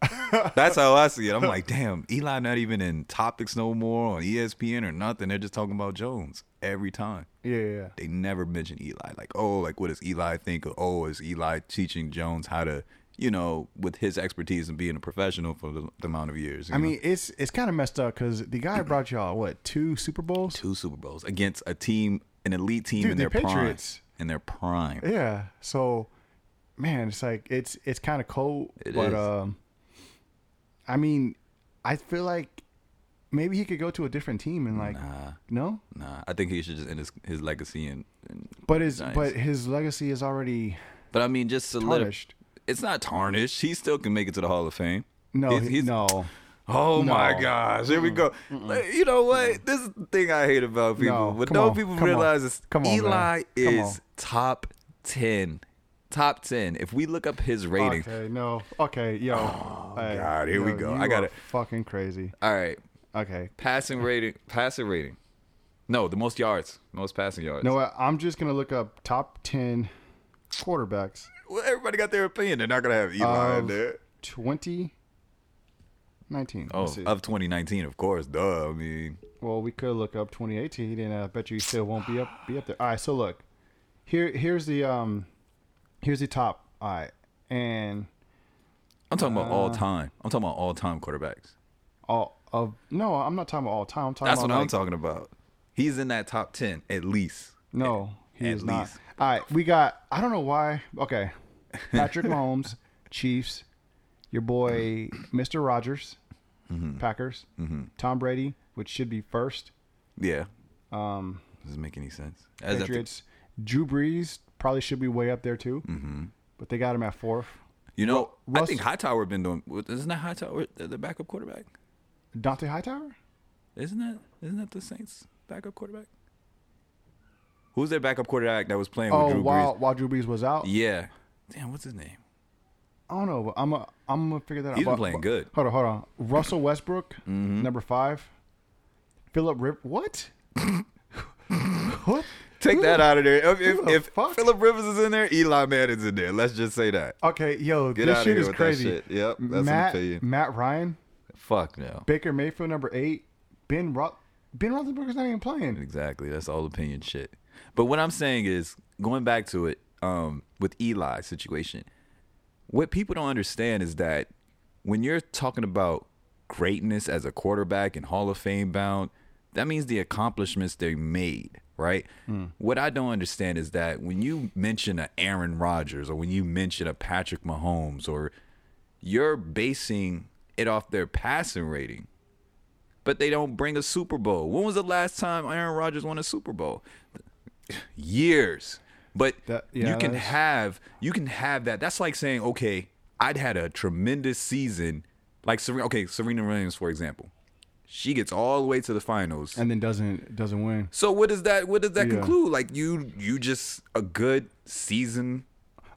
[SPEAKER 1] That's how I see it. I'm like, damn, Eli not even in topics no more on E ESPN or nothing. They're just talking about Jones every time.
[SPEAKER 2] Yeah, yeah, yeah.
[SPEAKER 1] They never mention Eli. Like, oh, like what does Eli think? Or, oh, is Eli teaching Jones how to, you know, with his expertise and being a professional for the, the amount of years. you
[SPEAKER 2] I
[SPEAKER 1] know?
[SPEAKER 2] mean, it's it's kind of messed up because the guy brought y'all what two Super Bowls?
[SPEAKER 1] two Super Bowls against a team an elite team
[SPEAKER 2] Dude,
[SPEAKER 1] in
[SPEAKER 2] the
[SPEAKER 1] their
[SPEAKER 2] Patriots.
[SPEAKER 1] prime. In their prime.
[SPEAKER 2] Yeah. So, man, it's like it's it's kind of cold,
[SPEAKER 1] It
[SPEAKER 2] but
[SPEAKER 1] is.
[SPEAKER 2] um, I mean, I feel like maybe he could go to a different team and like
[SPEAKER 1] nah,
[SPEAKER 2] no,
[SPEAKER 1] nah. I think he should just end his, his legacy and, and.
[SPEAKER 2] but his
[SPEAKER 1] Nice.
[SPEAKER 2] but his legacy is already
[SPEAKER 1] But I mean, just to let
[SPEAKER 2] tarnished.
[SPEAKER 1] it's not tarnished. He still can make it to the Hall of Fame.
[SPEAKER 2] No,
[SPEAKER 1] He's-
[SPEAKER 2] he-
[SPEAKER 1] he's-
[SPEAKER 2] no.
[SPEAKER 1] Oh
[SPEAKER 2] No.
[SPEAKER 1] my gosh! Here we go. Like, You know what? This is the thing I hate about people.
[SPEAKER 2] No,
[SPEAKER 1] What
[SPEAKER 2] come
[SPEAKER 1] no
[SPEAKER 2] on,
[SPEAKER 1] people
[SPEAKER 2] come on,
[SPEAKER 1] realize is
[SPEAKER 2] come on, man.
[SPEAKER 1] Eli
[SPEAKER 2] Come
[SPEAKER 1] is
[SPEAKER 2] on.
[SPEAKER 1] top ten. Top ten. If we look up his rating,
[SPEAKER 2] Okay, no. Okay, yo. Hey,
[SPEAKER 1] Oh, God, here we
[SPEAKER 2] yo,
[SPEAKER 1] go.
[SPEAKER 2] you
[SPEAKER 1] I gotta-
[SPEAKER 2] are Fucking crazy.
[SPEAKER 1] all right,
[SPEAKER 2] Okay.
[SPEAKER 1] passing rating, passing rating. No, the most yards, most passing yards.
[SPEAKER 2] No, what? I'm just gonna look up top ten quarterbacks
[SPEAKER 1] Well, everybody got their opinion. They're not gonna have Eli in
[SPEAKER 2] of
[SPEAKER 1] there.
[SPEAKER 2] 2019.
[SPEAKER 1] Oh,
[SPEAKER 2] Let's see.
[SPEAKER 1] of 2019, of course. Duh. I mean,
[SPEAKER 2] Well, we could look up 2018, and I bet you still won't be up be up there. All right, so look, here here's the um, here's the top. All right, and
[SPEAKER 1] I'm talking
[SPEAKER 2] Uh,
[SPEAKER 1] about all time. I'm talking about all time quarterbacks.
[SPEAKER 2] all of no, I'm not talking about all time. I'm talking
[SPEAKER 1] That's what
[SPEAKER 2] about
[SPEAKER 1] I'm
[SPEAKER 2] like,
[SPEAKER 1] talking about. He's in that top ten at least.
[SPEAKER 2] No, he
[SPEAKER 1] At
[SPEAKER 2] is not.
[SPEAKER 1] least.
[SPEAKER 2] All right, we got. I don't know why. Okay, Patrick Mahomes, Chiefs, your boy Mister Rogers,
[SPEAKER 1] Mm-hmm.
[SPEAKER 2] Packers, Tom Brady, which should be first.
[SPEAKER 1] Yeah.
[SPEAKER 2] Um,
[SPEAKER 1] Does this make any sense? As if the-
[SPEAKER 2] Patriots, Drew Brees probably should be way up there too, mm-hmm. but they got him at fourth.
[SPEAKER 1] you know,
[SPEAKER 2] Ru-
[SPEAKER 1] I think Hightower been doing. Isn't that Hightower the the backup quarterback?
[SPEAKER 2] Dante Hightower?
[SPEAKER 1] Isn't that isn't that the Saints backup quarterback? Who's their backup quarterback that was playing with
[SPEAKER 2] Oh,
[SPEAKER 1] Drew
[SPEAKER 2] while
[SPEAKER 1] Brees?
[SPEAKER 2] while Drew Brees was out,
[SPEAKER 1] Yeah. Damn, what's his name?
[SPEAKER 2] I don't know. But I'm a, I'm gonna figure that out.
[SPEAKER 1] He's been
[SPEAKER 2] But-
[SPEAKER 1] playing
[SPEAKER 2] but-
[SPEAKER 1] good. Mm-hmm.
[SPEAKER 2] Hold on, hold on. Russell Westbrook, number five. Philip Rip. What? what?
[SPEAKER 1] Take that out of there. If,
[SPEAKER 2] who
[SPEAKER 1] if,
[SPEAKER 2] the
[SPEAKER 1] if
[SPEAKER 2] fuck?
[SPEAKER 1] Philip Rivers is in there, Eli Manning's in there. Let's just say that.
[SPEAKER 2] Okay, yo,
[SPEAKER 1] Get
[SPEAKER 2] this
[SPEAKER 1] outta
[SPEAKER 2] shit
[SPEAKER 1] here
[SPEAKER 2] is
[SPEAKER 1] with that
[SPEAKER 2] crazy.
[SPEAKER 1] shit. Yep, that's an
[SPEAKER 2] Matt,
[SPEAKER 1] opinion.
[SPEAKER 2] Matt Ryan,
[SPEAKER 1] Fuck no.
[SPEAKER 2] Baker Mayfield, number eight. Ben Roth. Ben Roethlisberger's not even playing.
[SPEAKER 1] Exactly. That's all opinion shit. But what I'm saying is, going back to it, um, with Eli's situation, what people don't understand is that when you're talking about greatness as a quarterback and Hall of Fame bound, that means the accomplishments they made, right? What I don't understand is that when you mention a Aaron Rodgers or when you mention a Patrick Mahomes or you're basing it off their passing rating but they don't bring a Super Bowl. When was the last time Aaron Rodgers won a Super Bowl? Years. But
[SPEAKER 2] That- yeah,
[SPEAKER 1] you can
[SPEAKER 2] that's-
[SPEAKER 1] have you can have that. That's like saying, okay, I'd had a tremendous season. Like Serena, okay, Serena Williams, for example, she gets all the way to the finals.
[SPEAKER 2] And then doesn't doesn't win.
[SPEAKER 1] So what does that what does that
[SPEAKER 2] Yeah.
[SPEAKER 1] conclude? Like you you just a good season.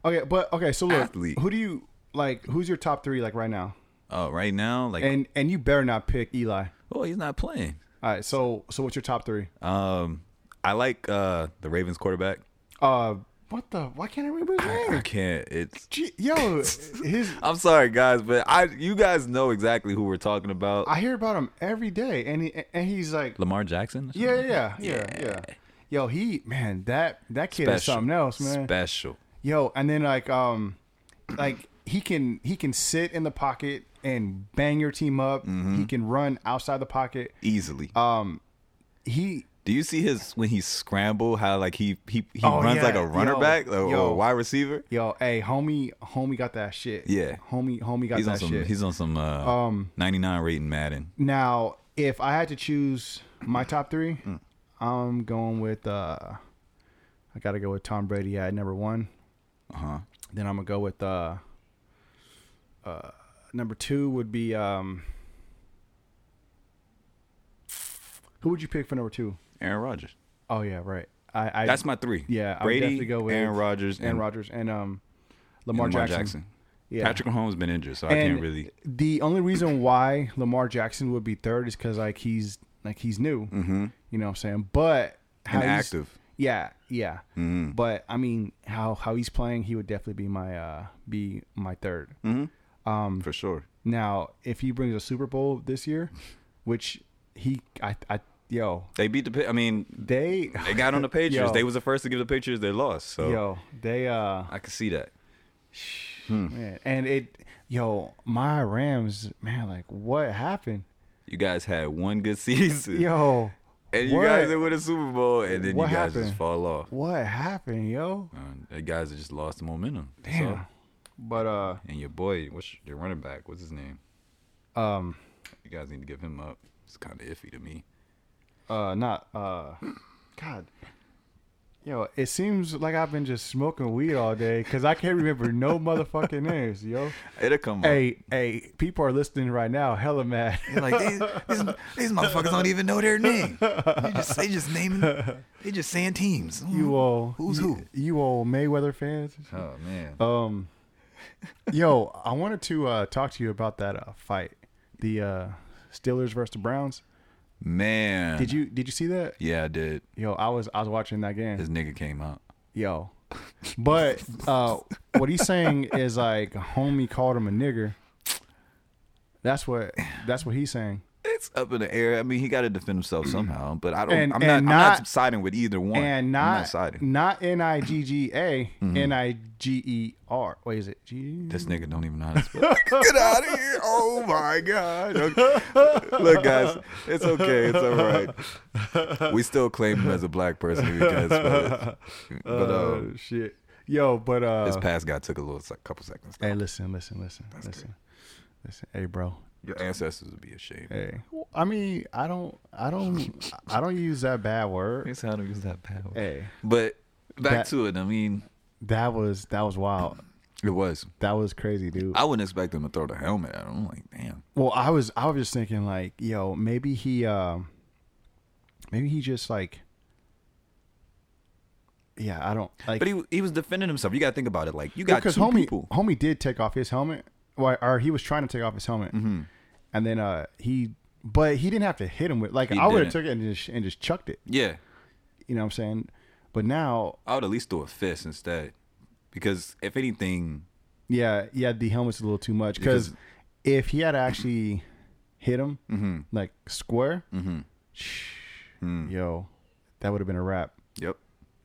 [SPEAKER 2] Okay, but okay, so look,
[SPEAKER 1] Athlete.
[SPEAKER 2] who do you like? Who's your top three like right now?
[SPEAKER 1] Oh, right now, like
[SPEAKER 2] And and you better not pick Eli.
[SPEAKER 1] oh, he's not playing.
[SPEAKER 2] All right, so so what's your top three?
[SPEAKER 1] Um, I like uh the Ravens quarterback.
[SPEAKER 2] Uh, what the? Why can't I remember his
[SPEAKER 1] I
[SPEAKER 2] name?
[SPEAKER 1] can't. It's
[SPEAKER 2] Gee, yo, his.
[SPEAKER 1] I'm sorry, guys, but I you guys know exactly who we're talking about.
[SPEAKER 2] I hear about him every day, and he, and he's like,
[SPEAKER 1] Lamar Jackson.
[SPEAKER 2] yeah, yeah, yeah, yeah. Yo, he man, that that kid is something else, man.
[SPEAKER 1] Special.
[SPEAKER 2] Yo, and then like um, like he can he can sit in the pocket and bang your team up. He can run outside the pocket.
[SPEAKER 1] Easily.
[SPEAKER 2] Uh, He
[SPEAKER 1] Do you see his when he scramble? How like he he, he
[SPEAKER 2] Oh,
[SPEAKER 1] runs
[SPEAKER 2] yeah,
[SPEAKER 1] like a runner
[SPEAKER 2] yo,
[SPEAKER 1] back or, or
[SPEAKER 2] yo.
[SPEAKER 1] a wide receiver?
[SPEAKER 2] yo, hey, homie, homie got that shit.
[SPEAKER 1] Yeah.
[SPEAKER 2] homie, homie got
[SPEAKER 1] He's on
[SPEAKER 2] that
[SPEAKER 1] some
[SPEAKER 2] shit. Um,
[SPEAKER 1] he's on some uh, 99 rating Madden.
[SPEAKER 2] Now, if I had to choose my top three,
[SPEAKER 1] Mm.
[SPEAKER 2] I'm going with uh, I got to go with Tom Brady at number one.
[SPEAKER 1] Uh huh.
[SPEAKER 2] Then I'm gonna go with uh, uh, number two would be um, who would you pick for number two?
[SPEAKER 1] Aaron Rodgers.
[SPEAKER 2] Oh yeah, right. I, I
[SPEAKER 1] That's my three.
[SPEAKER 2] yeah. I would
[SPEAKER 1] Brady,
[SPEAKER 2] definitely go with
[SPEAKER 1] Aaron Rodgers,
[SPEAKER 2] Aaron Rodgers and um, Lamar, Jackson. Yeah.
[SPEAKER 1] Patrick Mahomes been injured, so I
[SPEAKER 2] And
[SPEAKER 1] can't really.
[SPEAKER 2] The only reason why Lamar Jackson would be third is because like he's like he's new. Mm-hmm. You know what I'm saying? But how
[SPEAKER 1] And
[SPEAKER 2] he's-
[SPEAKER 1] active. Mm-hmm.
[SPEAKER 2] Yeah, yeah. But I mean, how how he's playing, he would definitely be my uh be my 3rd
[SPEAKER 1] Mm.
[SPEAKER 2] um,
[SPEAKER 1] for sure.
[SPEAKER 2] Now, if he brings a Super Bowl this year, which he I I yo
[SPEAKER 1] They beat the. Pa- I mean,
[SPEAKER 2] they
[SPEAKER 1] they got on the Patriots.
[SPEAKER 2] Yo.
[SPEAKER 1] They was the first to give the Patriots. They lost, so
[SPEAKER 2] yo they uh
[SPEAKER 1] I could see that. Hmm.
[SPEAKER 2] man and it yo my Rams man like what happened
[SPEAKER 1] You guys had one good season.
[SPEAKER 2] yo
[SPEAKER 1] and you
[SPEAKER 2] What?
[SPEAKER 1] guys didn't win a Super Bowl, and then
[SPEAKER 2] What
[SPEAKER 1] you guys just
[SPEAKER 2] happened?
[SPEAKER 1] fall off.
[SPEAKER 2] What happened, yo?
[SPEAKER 1] Uh, the guys just lost the momentum. That's
[SPEAKER 2] Damn.
[SPEAKER 1] all.
[SPEAKER 2] But uh,
[SPEAKER 1] And your boy, what's your running back? What's his name?
[SPEAKER 2] um,
[SPEAKER 1] You guys need to give him up. It's kind of iffy to me.
[SPEAKER 2] uh, not uh, God. Yo, it seems like I've been just smoking weed all day because I can't remember no motherfucking names, yo.
[SPEAKER 1] It'll come up.
[SPEAKER 2] Hey, hey, people are listening right now, hella mad.
[SPEAKER 1] You're like these, these, these motherfuckers don't even know their name. They just, they just naming, they just saying teams.
[SPEAKER 2] you all,
[SPEAKER 1] Who's
[SPEAKER 2] you,
[SPEAKER 1] who?
[SPEAKER 2] You all Mayweather fans.
[SPEAKER 1] Oh man,
[SPEAKER 2] Um, yo, I wanted to uh, talk to you about that uh, fight, the uh, Steelers versus the Browns.
[SPEAKER 1] man.
[SPEAKER 2] Did you did you see that?
[SPEAKER 1] Yeah, I did.
[SPEAKER 2] Yo, I was I was watching that game.
[SPEAKER 1] This nigga came out.
[SPEAKER 2] Yo, but uh, what he's saying is like, homie called him a nigger. That's what that's what he's saying.
[SPEAKER 1] It's up in the air. I mean, he got to defend himself somehow. But I don't.
[SPEAKER 2] Mm-hmm. And-
[SPEAKER 1] I'm,
[SPEAKER 2] and
[SPEAKER 1] not, I'm not
[SPEAKER 2] not-
[SPEAKER 1] siding with either one.
[SPEAKER 2] and
[SPEAKER 1] I'm
[SPEAKER 2] not
[SPEAKER 1] not siding. Mm-hmm.
[SPEAKER 2] not N I G G A N I G E R. Wait, is it G?
[SPEAKER 1] This nigga don't even know how to spell. Get out of here! Oh my god! Okay. Look, guys, it's okay. It's all right. We still claim him as a black person if you guys spell it. But uh,
[SPEAKER 2] Oh shit, yo, but uh,
[SPEAKER 1] this past guy took a little sec- couple seconds.
[SPEAKER 2] hey, listen, listen, listen, listen, listen, hey, bro,
[SPEAKER 1] Your ancestors would be ashamed.
[SPEAKER 2] hey. I mean, I don't, I don't, I don't use that bad word.
[SPEAKER 1] It's how to use that power.
[SPEAKER 2] Hey,
[SPEAKER 1] Eh, But back
[SPEAKER 2] That-
[SPEAKER 1] to it. I mean,
[SPEAKER 2] that was that was wild.
[SPEAKER 1] it was.
[SPEAKER 2] That was crazy, dude.
[SPEAKER 1] I wouldn't expect him to throw the helmet at him. I'm like, damn.
[SPEAKER 2] Well, I was I was just thinking like, yo, maybe he um maybe he just like Yeah, I don't like
[SPEAKER 1] But he he was defending himself. You got to think about it. Like you got
[SPEAKER 2] because
[SPEAKER 1] two
[SPEAKER 2] homie
[SPEAKER 1] people.
[SPEAKER 2] homie did take off his helmet. Well, or he was trying to take off his helmet.
[SPEAKER 1] Mm-hmm.
[SPEAKER 2] And then uh he but he didn't have to hit him with like I would
[SPEAKER 1] didn't.
[SPEAKER 2] have took it and just and just chucked it.
[SPEAKER 1] Yeah,
[SPEAKER 2] You know what I'm saying? But now,
[SPEAKER 1] I would at least throw a fist instead, because if anything,
[SPEAKER 2] yeah, yeah, the helmet's a little too much because if he had actually hit him
[SPEAKER 1] Mm-hmm,
[SPEAKER 2] like square,
[SPEAKER 1] Mm.
[SPEAKER 2] yo, that would have been a wrap.
[SPEAKER 1] yep,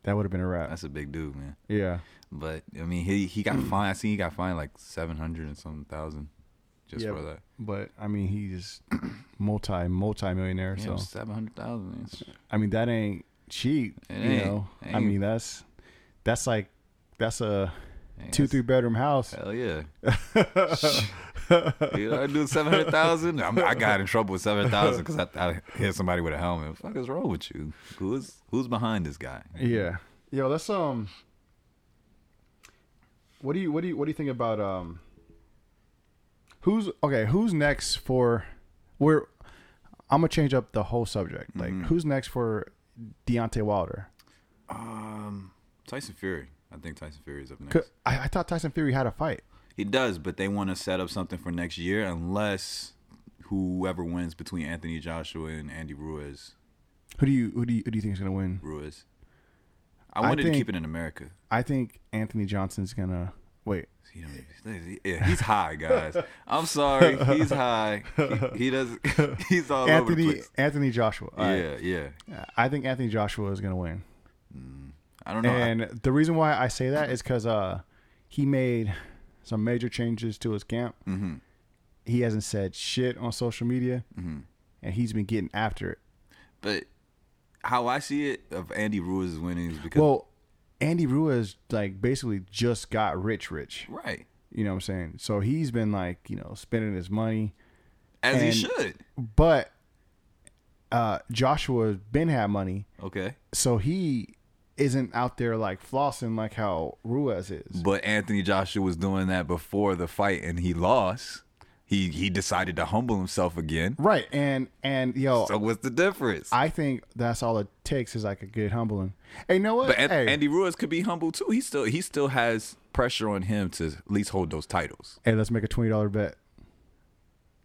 [SPEAKER 2] That would have been a wrap.
[SPEAKER 1] that's a big dude, man.
[SPEAKER 2] yeah.
[SPEAKER 1] But I mean, he he got fined. I seen he got fined like seven hundred and something thousand just
[SPEAKER 2] yeah.
[SPEAKER 1] for that.
[SPEAKER 2] But I mean, he's multi multi millionaire.
[SPEAKER 1] Yeah,
[SPEAKER 2] so
[SPEAKER 1] seven hundred thousand, man.
[SPEAKER 2] I mean, that ain't cheap.
[SPEAKER 1] It
[SPEAKER 2] you
[SPEAKER 1] ain't.
[SPEAKER 2] know,
[SPEAKER 1] It
[SPEAKER 2] I
[SPEAKER 1] ain't.
[SPEAKER 2] mean, that's that's like that's a
[SPEAKER 1] Hey,
[SPEAKER 2] two
[SPEAKER 1] that's-
[SPEAKER 2] three bedroom house.
[SPEAKER 1] Hell yeah. you know, I do 700,000. I'm- I got in trouble with 700,000 because I, I hit somebody with a helmet. What the fuck is wrong with you? Who's who's behind this guy?
[SPEAKER 2] Yeah. Yo, let's um. What do you what do you what do you think about um? Who's okay? Who's next for? We're. I'm gonna change up the whole subject. Like, who's next for Deontay Wilder?
[SPEAKER 1] Um, Tyson Fury. I think Tyson Fury is up next.
[SPEAKER 2] 'Cause I, I thought Tyson Fury had a fight.
[SPEAKER 1] He does, but they want to set up something for next year unless whoever wins between Anthony Joshua and Andy Ruiz.
[SPEAKER 2] Who do you who do you, who do you think is gonna win?
[SPEAKER 1] Ruiz. I
[SPEAKER 2] I
[SPEAKER 1] wanted to
[SPEAKER 2] think-
[SPEAKER 1] keep it in America.
[SPEAKER 2] I think Anthony Johnson's gonna wait.
[SPEAKER 1] He don't- Yeah, he's high, guys. I'm sorry, he's high. He, he does. He's all over the
[SPEAKER 2] Anthony
[SPEAKER 1] place.
[SPEAKER 2] Anthony Joshua. All right.
[SPEAKER 1] Yeah, yeah.
[SPEAKER 2] I think Anthony Joshua is gonna win.
[SPEAKER 1] I don't know. I-
[SPEAKER 2] And the reason why I say that is because uh, he made some major changes to his camp. Mm-hmm. He hasn't said shit on social media,
[SPEAKER 1] Mm-hmm.
[SPEAKER 2] and he's been getting after it.
[SPEAKER 1] but how I see it of Andy Ruiz's winning is because
[SPEAKER 2] Well, Andy Ruiz like basically just got rich, rich.
[SPEAKER 1] right
[SPEAKER 2] You know what I'm saying? So he's been like you know spending his money,
[SPEAKER 1] as he
[SPEAKER 2] and-
[SPEAKER 1] should.
[SPEAKER 2] but uh, Joshua's been had money,
[SPEAKER 1] Okay,
[SPEAKER 2] so he isn't out there like flossing like how Ruiz is.
[SPEAKER 1] but Anthony Joshua was doing that before the fight, and he lost. He he decided to humble himself again.
[SPEAKER 2] Right, and and yo,
[SPEAKER 1] So what's the difference?
[SPEAKER 2] I think that's all it takes is like a good humbling. Hey, you know what?
[SPEAKER 1] but An-
[SPEAKER 2] hey,
[SPEAKER 1] Andy Ruiz could be humble too. He still he still has pressure on him to at least hold those titles.
[SPEAKER 2] hey, let's make a twenty dollar bet.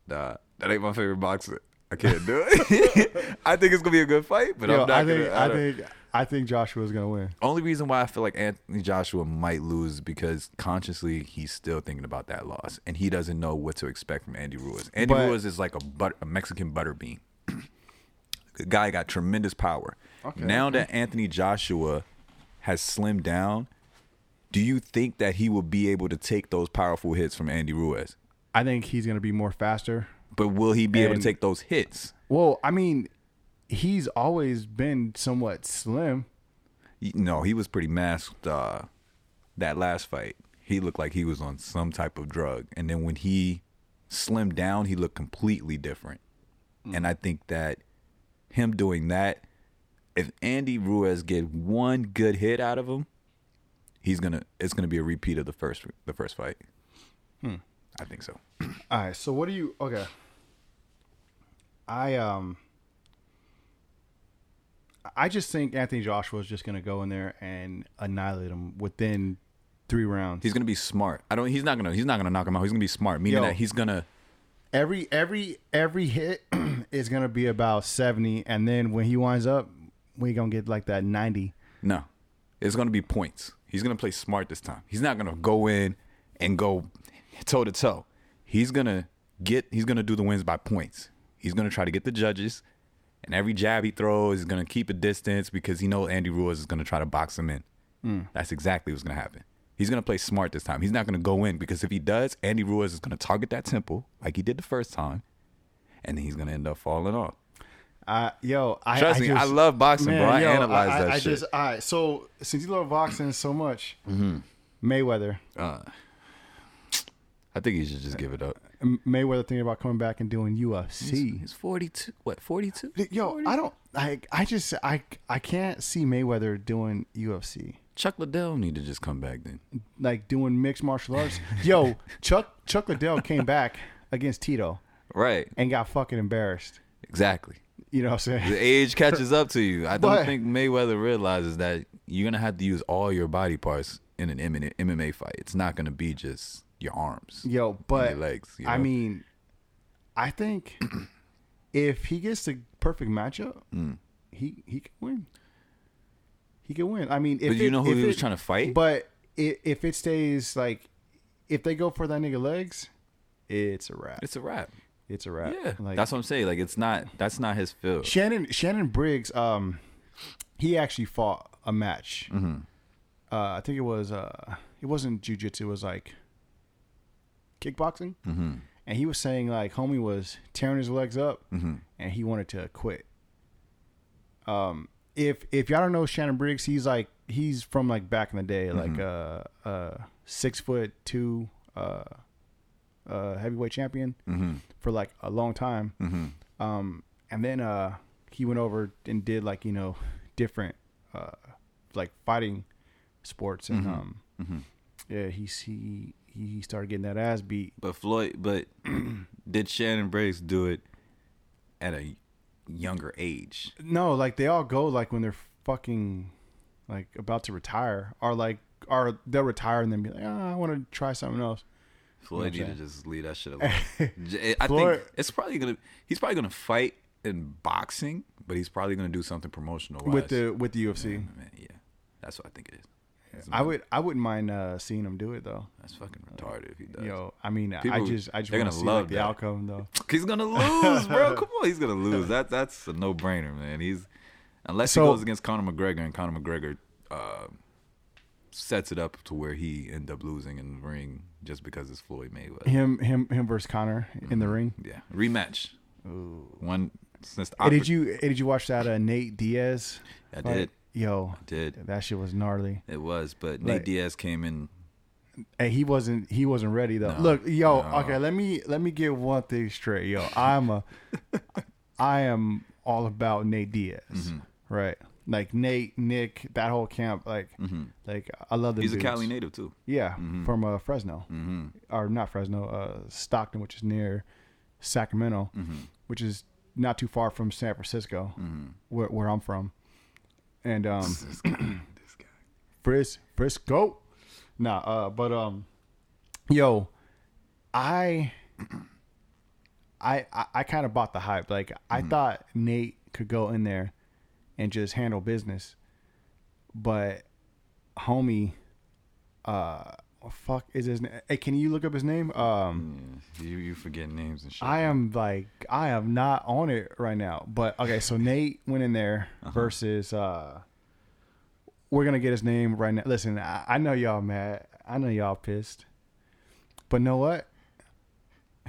[SPEAKER 1] Nah, that ain't my favorite boxer. I can't do it. I think it's gonna be a good fight, but
[SPEAKER 2] Yo,
[SPEAKER 1] I'm not
[SPEAKER 2] I think
[SPEAKER 1] gonna.
[SPEAKER 2] I,
[SPEAKER 1] don't-
[SPEAKER 2] think I think Joshua's gonna win.
[SPEAKER 1] Only reason why I feel like Anthony Joshua might lose is because consciously he's still thinking about that loss, and he doesn't know what to expect from Andy Ruiz. Andy
[SPEAKER 2] But-
[SPEAKER 1] Ruiz is like a, but, a Mexican butter bean. the guy got tremendous power. now that Anthony Joshua has slimmed down, do you think that he will be able to take those powerful hits from Andy Ruiz?
[SPEAKER 2] I think he's gonna be more faster.
[SPEAKER 1] But will he be able
[SPEAKER 2] And-
[SPEAKER 1] to take those hits?
[SPEAKER 2] Well, I mean, he's always been somewhat slim.
[SPEAKER 1] Y- No, he was pretty masked. Uh, that last fight, he looked like he was on some type of drug, and then when he slimmed down, he looked completely different. And I think that him doing that, if Andy Ruiz get one good hit out of him, he's gonna it's gonna be a repeat of the first the first fight. I think so.
[SPEAKER 2] All right. So what do you? Okay. I um. I just think Anthony Joshua is just going to go in there and annihilate him within three rounds.
[SPEAKER 1] He's gonna be smart. I don't. He's not gonna. He's not gonna knock him out. He's gonna be smart. Meaning
[SPEAKER 2] Yo.
[SPEAKER 1] that he's gonna.
[SPEAKER 2] every every every hit is going to be about seventy, and then when he winds up, we going to get like that ninety.
[SPEAKER 1] No, it's gonna be points. He's gonna play smart this time. He's not gonna go in and go toe to toe. He's gonna get. He's gonna do the wins by points. He's gonna try to get the judges, and every jab he throws is gonna keep a distance because he know Andy Ruiz is gonna try to box him in.
[SPEAKER 2] Mm.
[SPEAKER 1] That's exactly what's gonna happen. He's gonna play smart this time. He's not gonna go in because if he does, Andy Ruiz is gonna target that temple like he did the first time, and then he's gonna end up falling off.
[SPEAKER 2] Uh, yo, I
[SPEAKER 1] Trust
[SPEAKER 2] I
[SPEAKER 1] me,
[SPEAKER 2] just-
[SPEAKER 1] I love boxing, bro. I
[SPEAKER 2] yo,
[SPEAKER 1] analyze that
[SPEAKER 2] I
[SPEAKER 1] shit. Mm-hmm.
[SPEAKER 2] Just, all right, so since you love boxing so much, Mayweather,
[SPEAKER 1] I think he should just give it up.
[SPEAKER 2] M- Mayweather thinking about coming back and doing UFC.
[SPEAKER 1] He's 42. What, 42?
[SPEAKER 2] Yo, I don't, I, I just, I, I can't see Mayweather doing UFC,
[SPEAKER 1] Chuck Liddell need to just come back then.
[SPEAKER 2] like doing mixed martial arts. Yo, Chuck, Chuck Liddell came back against Tito
[SPEAKER 1] Right.
[SPEAKER 2] and got fucking embarrassed.
[SPEAKER 1] Exactly.
[SPEAKER 2] You know what I'm saying?
[SPEAKER 1] The age catches up to you. I don't
[SPEAKER 2] But-
[SPEAKER 1] think Mayweather realizes that you're going to have to use all your body parts in an M- MMA fight. It's not going to be just your arms. and
[SPEAKER 2] Yo, but
[SPEAKER 1] your legs. you
[SPEAKER 2] I
[SPEAKER 1] know?
[SPEAKER 2] mean, I think if he gets the perfect matchup,
[SPEAKER 1] Mm.
[SPEAKER 2] he he can win. He can win. I mean, if
[SPEAKER 1] But you
[SPEAKER 2] it-
[SPEAKER 1] know who
[SPEAKER 2] if
[SPEAKER 1] he was
[SPEAKER 2] it-
[SPEAKER 1] trying to fight?
[SPEAKER 2] But i if it stays like, if they go for that nigga legs, it's a wrap.
[SPEAKER 1] it's a wrap.
[SPEAKER 2] It's a wrap.
[SPEAKER 1] Yeah.
[SPEAKER 2] Uh, like
[SPEAKER 1] that's what I'm saying. Like, it's not, that's not his field.
[SPEAKER 2] Shannon Shannon Briggs. Um, he actually fought a match. Uh, I think it was uh, it wasn't jujitsu. It was like kickboxing. Mm-hmm. And he was saying like homie was tearing his legs up,
[SPEAKER 1] Mm-hmm,
[SPEAKER 2] and he wanted to quit. Um, if if y'all don't know Shannon Briggs, he's like he's from like back in the day, like uh uh six foot two uh uh heavyweight champion
[SPEAKER 1] mm-hmm,
[SPEAKER 2] for like a long time. Um, and then uh, he went over and did like you know different uh, like fighting sports,
[SPEAKER 1] Mm-hmm.
[SPEAKER 2] and um, yeah, he he he started getting that ass beat.
[SPEAKER 1] But Floyd, but did Shannon Briggs do it at a younger age?
[SPEAKER 2] No, like they all go like when they're fucking like about to retire, or like or they'll retire and then be like, ah, I want to try something else.
[SPEAKER 1] Floyd
[SPEAKER 2] You know what
[SPEAKER 1] need
[SPEAKER 2] I'm
[SPEAKER 1] to just leave that shit alone. J- I
[SPEAKER 2] Floyd-
[SPEAKER 1] think it's probably gonna. He's probably gonna fight in boxing, but he's probably gonna do something promotional
[SPEAKER 2] With the with the UFC,
[SPEAKER 1] Man, yeah, that's what I think it is.
[SPEAKER 2] I would I wouldn't mind uh, seeing him do it though.
[SPEAKER 1] That's fucking retarded if he does.
[SPEAKER 2] Yo, I mean, I
[SPEAKER 1] People-
[SPEAKER 2] just I just
[SPEAKER 1] they're
[SPEAKER 2] want to
[SPEAKER 1] gonna
[SPEAKER 2] see
[SPEAKER 1] love
[SPEAKER 2] like, the
[SPEAKER 1] that.
[SPEAKER 2] outcome though.
[SPEAKER 1] He's gonna lose, bro. Come on, he's gonna lose. That that's a no brainer, man. He's unless
[SPEAKER 2] So-
[SPEAKER 1] he goes against Conor McGregor and Conor McGregor uh, sets it up to where he end up losing in the ring just because it's Floyd Mayweather.
[SPEAKER 2] Him him him versus Connor in
[SPEAKER 1] Mm-hmm.
[SPEAKER 2] the ring.
[SPEAKER 1] Yeah, rematch. One since the
[SPEAKER 2] Hey,
[SPEAKER 1] oppor-
[SPEAKER 2] did you hey, did you watch that uh, Nate Diaz?
[SPEAKER 1] I
[SPEAKER 2] fight?
[SPEAKER 1] did.
[SPEAKER 2] Yo,
[SPEAKER 1] did
[SPEAKER 2] that shit was gnarly.
[SPEAKER 1] it was, but
[SPEAKER 2] Like-
[SPEAKER 1] Nate Diaz came in.
[SPEAKER 2] Hey, he wasn't he wasn't ready though.
[SPEAKER 1] No,
[SPEAKER 2] Look, yo,
[SPEAKER 1] no.
[SPEAKER 2] okay, let me let me get one thing straight, yo. I'm a I am all about Nate Diaz,
[SPEAKER 1] Mm-hmm.
[SPEAKER 2] right? Like Nate, Nick, that whole camp, like like I love them.
[SPEAKER 1] Mm. Mm-hmm. He's a
[SPEAKER 2] dudes.
[SPEAKER 1] Cali Mm-hmm. Mm. native too. Mm-hmm.
[SPEAKER 2] Yeah, from uh, Fresno, or not Fresno, uh, Stockton, which is near Sacramento,
[SPEAKER 1] Mm-hmm.
[SPEAKER 2] which is not too far from San Francisco,
[SPEAKER 1] Mm.
[SPEAKER 2] where, where I'm from. And um,
[SPEAKER 1] This guy, this guy.
[SPEAKER 2] Fris Frisco, nah, uh, but um, yo, I, I, I, I kind of bought the hype. Like I thought Nate could go in there and just handle business, but homie, uh, fuck is his name? Hey, can you look up his name? Um,
[SPEAKER 1] Yeah, you you forget names and shit.
[SPEAKER 2] I am like I am not on it right now. But okay, so Nate went in there versus uh we're gonna get his name right now. Listen, I, I know y'all mad. I know y'all pissed. But know what?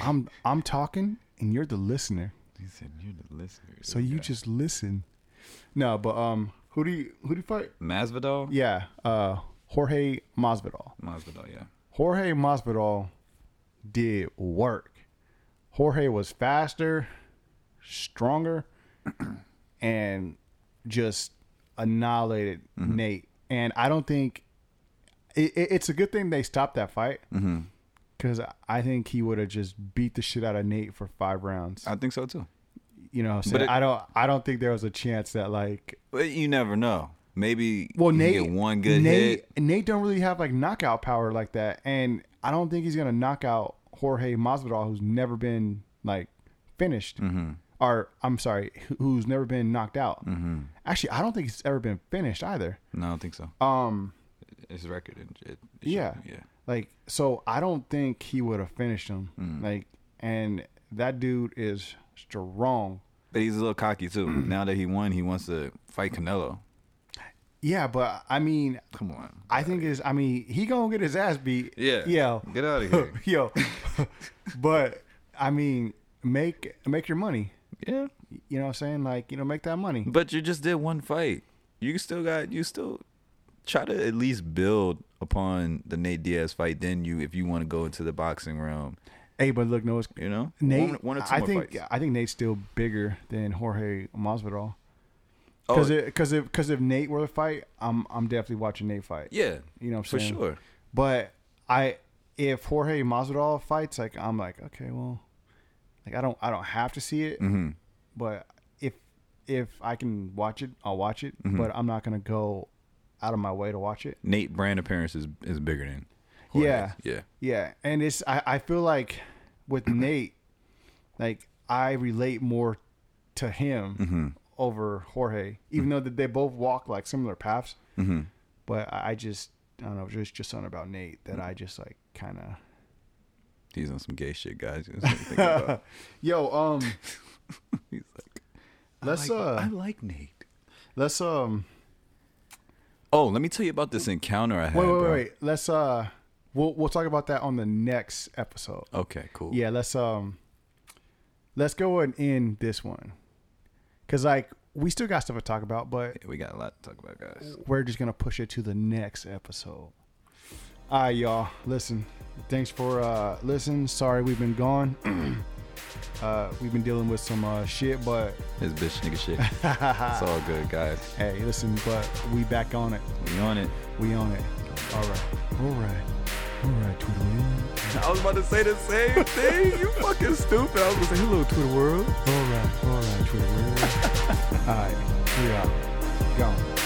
[SPEAKER 2] I'm I'm talking and you're the listener.
[SPEAKER 1] He said, "You're the listener."
[SPEAKER 2] So you just listen. No, but um, who do you who do you fight?
[SPEAKER 1] Masvidal.
[SPEAKER 2] Yeah, uh, Jorge Masvidal.
[SPEAKER 1] Masvidal. Yeah.
[SPEAKER 2] Jorge Masvidal did work. Jorge was faster, stronger, and just annihilated
[SPEAKER 1] Mm-hmm.
[SPEAKER 2] Nate. And I don't think it, it- it's a good thing they stopped that fight
[SPEAKER 1] Mm-hmm.
[SPEAKER 2] because I think he would have just beat the shit out of Nate for five rounds.
[SPEAKER 1] I think so too.
[SPEAKER 2] you know, what I'm
[SPEAKER 1] But it-
[SPEAKER 2] saying? I don't, I don't think there was a chance that like
[SPEAKER 1] But you never know. Maybe
[SPEAKER 2] well,
[SPEAKER 1] you
[SPEAKER 2] Nate
[SPEAKER 1] get one good
[SPEAKER 2] Nate,
[SPEAKER 1] hit.
[SPEAKER 2] Nate don't really have like knockout power like that, and I don't think he's gonna knock out Jorge Masvidal, who's never been like finished,
[SPEAKER 1] Mm-hmm.
[SPEAKER 2] or I'm sorry, who's never been knocked out.
[SPEAKER 1] Mm-hmm.
[SPEAKER 2] Actually, I don't think he's ever been finished either.
[SPEAKER 1] No, I don't think so.
[SPEAKER 2] Um,
[SPEAKER 1] His record. It, it, it should-
[SPEAKER 2] yeah,
[SPEAKER 1] Yeah.
[SPEAKER 2] like so, I don't think he would have finished him.
[SPEAKER 1] Mm.
[SPEAKER 2] Like, and that dude is strong.
[SPEAKER 1] But he's a little cocky too. now that he won, he wants to fight Canelo.
[SPEAKER 2] Yeah, but I mean,
[SPEAKER 1] Come on.
[SPEAKER 2] I think is I mean he gonna get his ass beat.
[SPEAKER 1] Yeah.
[SPEAKER 2] yeah.
[SPEAKER 1] Get out of here.
[SPEAKER 2] yo but i mean make make your money
[SPEAKER 1] yeah.
[SPEAKER 2] you know what i'm saying like you know make that money
[SPEAKER 1] But you just did one fight. You still got you still try to at least build upon the Nate Diaz fight. Then you, if you want to go into the boxing realm,
[SPEAKER 2] hey but look no it's
[SPEAKER 1] you know,
[SPEAKER 2] nate
[SPEAKER 1] one, one or two
[SPEAKER 2] i
[SPEAKER 1] more
[SPEAKER 2] think
[SPEAKER 1] fights.
[SPEAKER 2] i think nate's still bigger than jorge masvidal
[SPEAKER 1] Oh,
[SPEAKER 2] because because if because if nate were to fight i'm i'm definitely watching nate fight
[SPEAKER 1] yeah,
[SPEAKER 2] you know what i'm
[SPEAKER 1] for
[SPEAKER 2] saying
[SPEAKER 1] sure.
[SPEAKER 2] but i if jorge masvidal fights like i'm like okay well like i don't i don't have to see it
[SPEAKER 1] hmm
[SPEAKER 2] but if if i can watch it i'll watch it but i'm not gonna go out of my way to watch it
[SPEAKER 1] Nate brand appearance is is bigger than.
[SPEAKER 2] Yeah.
[SPEAKER 1] yeah.
[SPEAKER 2] Yeah, and it's I, I feel like with Nate, like I relate more to him over Jorge, even though that they both walk like similar paths.
[SPEAKER 1] Mhm.
[SPEAKER 2] But I I just I don't know, there's just something about Nate that I just like kind of.
[SPEAKER 1] He's on some gay shit, guys. You know what I'm thinking about?
[SPEAKER 2] Yo, um,
[SPEAKER 1] He's like, I
[SPEAKER 2] Let's,
[SPEAKER 1] like-
[SPEAKER 2] uh,
[SPEAKER 1] I like Nate.
[SPEAKER 2] let's um,
[SPEAKER 1] Oh, let me tell you about this encounter I had.
[SPEAKER 2] wait, wait,
[SPEAKER 1] bro.
[SPEAKER 2] wait, wait. let's uh, we'll we'll talk about that on the next episode.
[SPEAKER 1] Okay, cool.
[SPEAKER 2] yeah let's um let's go and end this one because like we still got stuff to talk about but
[SPEAKER 1] we got a lot to talk about, guys.
[SPEAKER 2] we're just gonna push it to the next episode all right y'all listen thanks for uh listen sorry we've been gone uh we've been dealing with some uh shit but
[SPEAKER 1] This bitch nigga shit. it's all good, guys.
[SPEAKER 2] hey listen but we back on it
[SPEAKER 1] We on it.
[SPEAKER 2] we on it all right all right all right Tweedledee.
[SPEAKER 1] I was about to say the same thing. You fucking stupid. I was gonna say hello, Twitter world.
[SPEAKER 2] 哎啊 all right all right Tweedledee. all right we out gone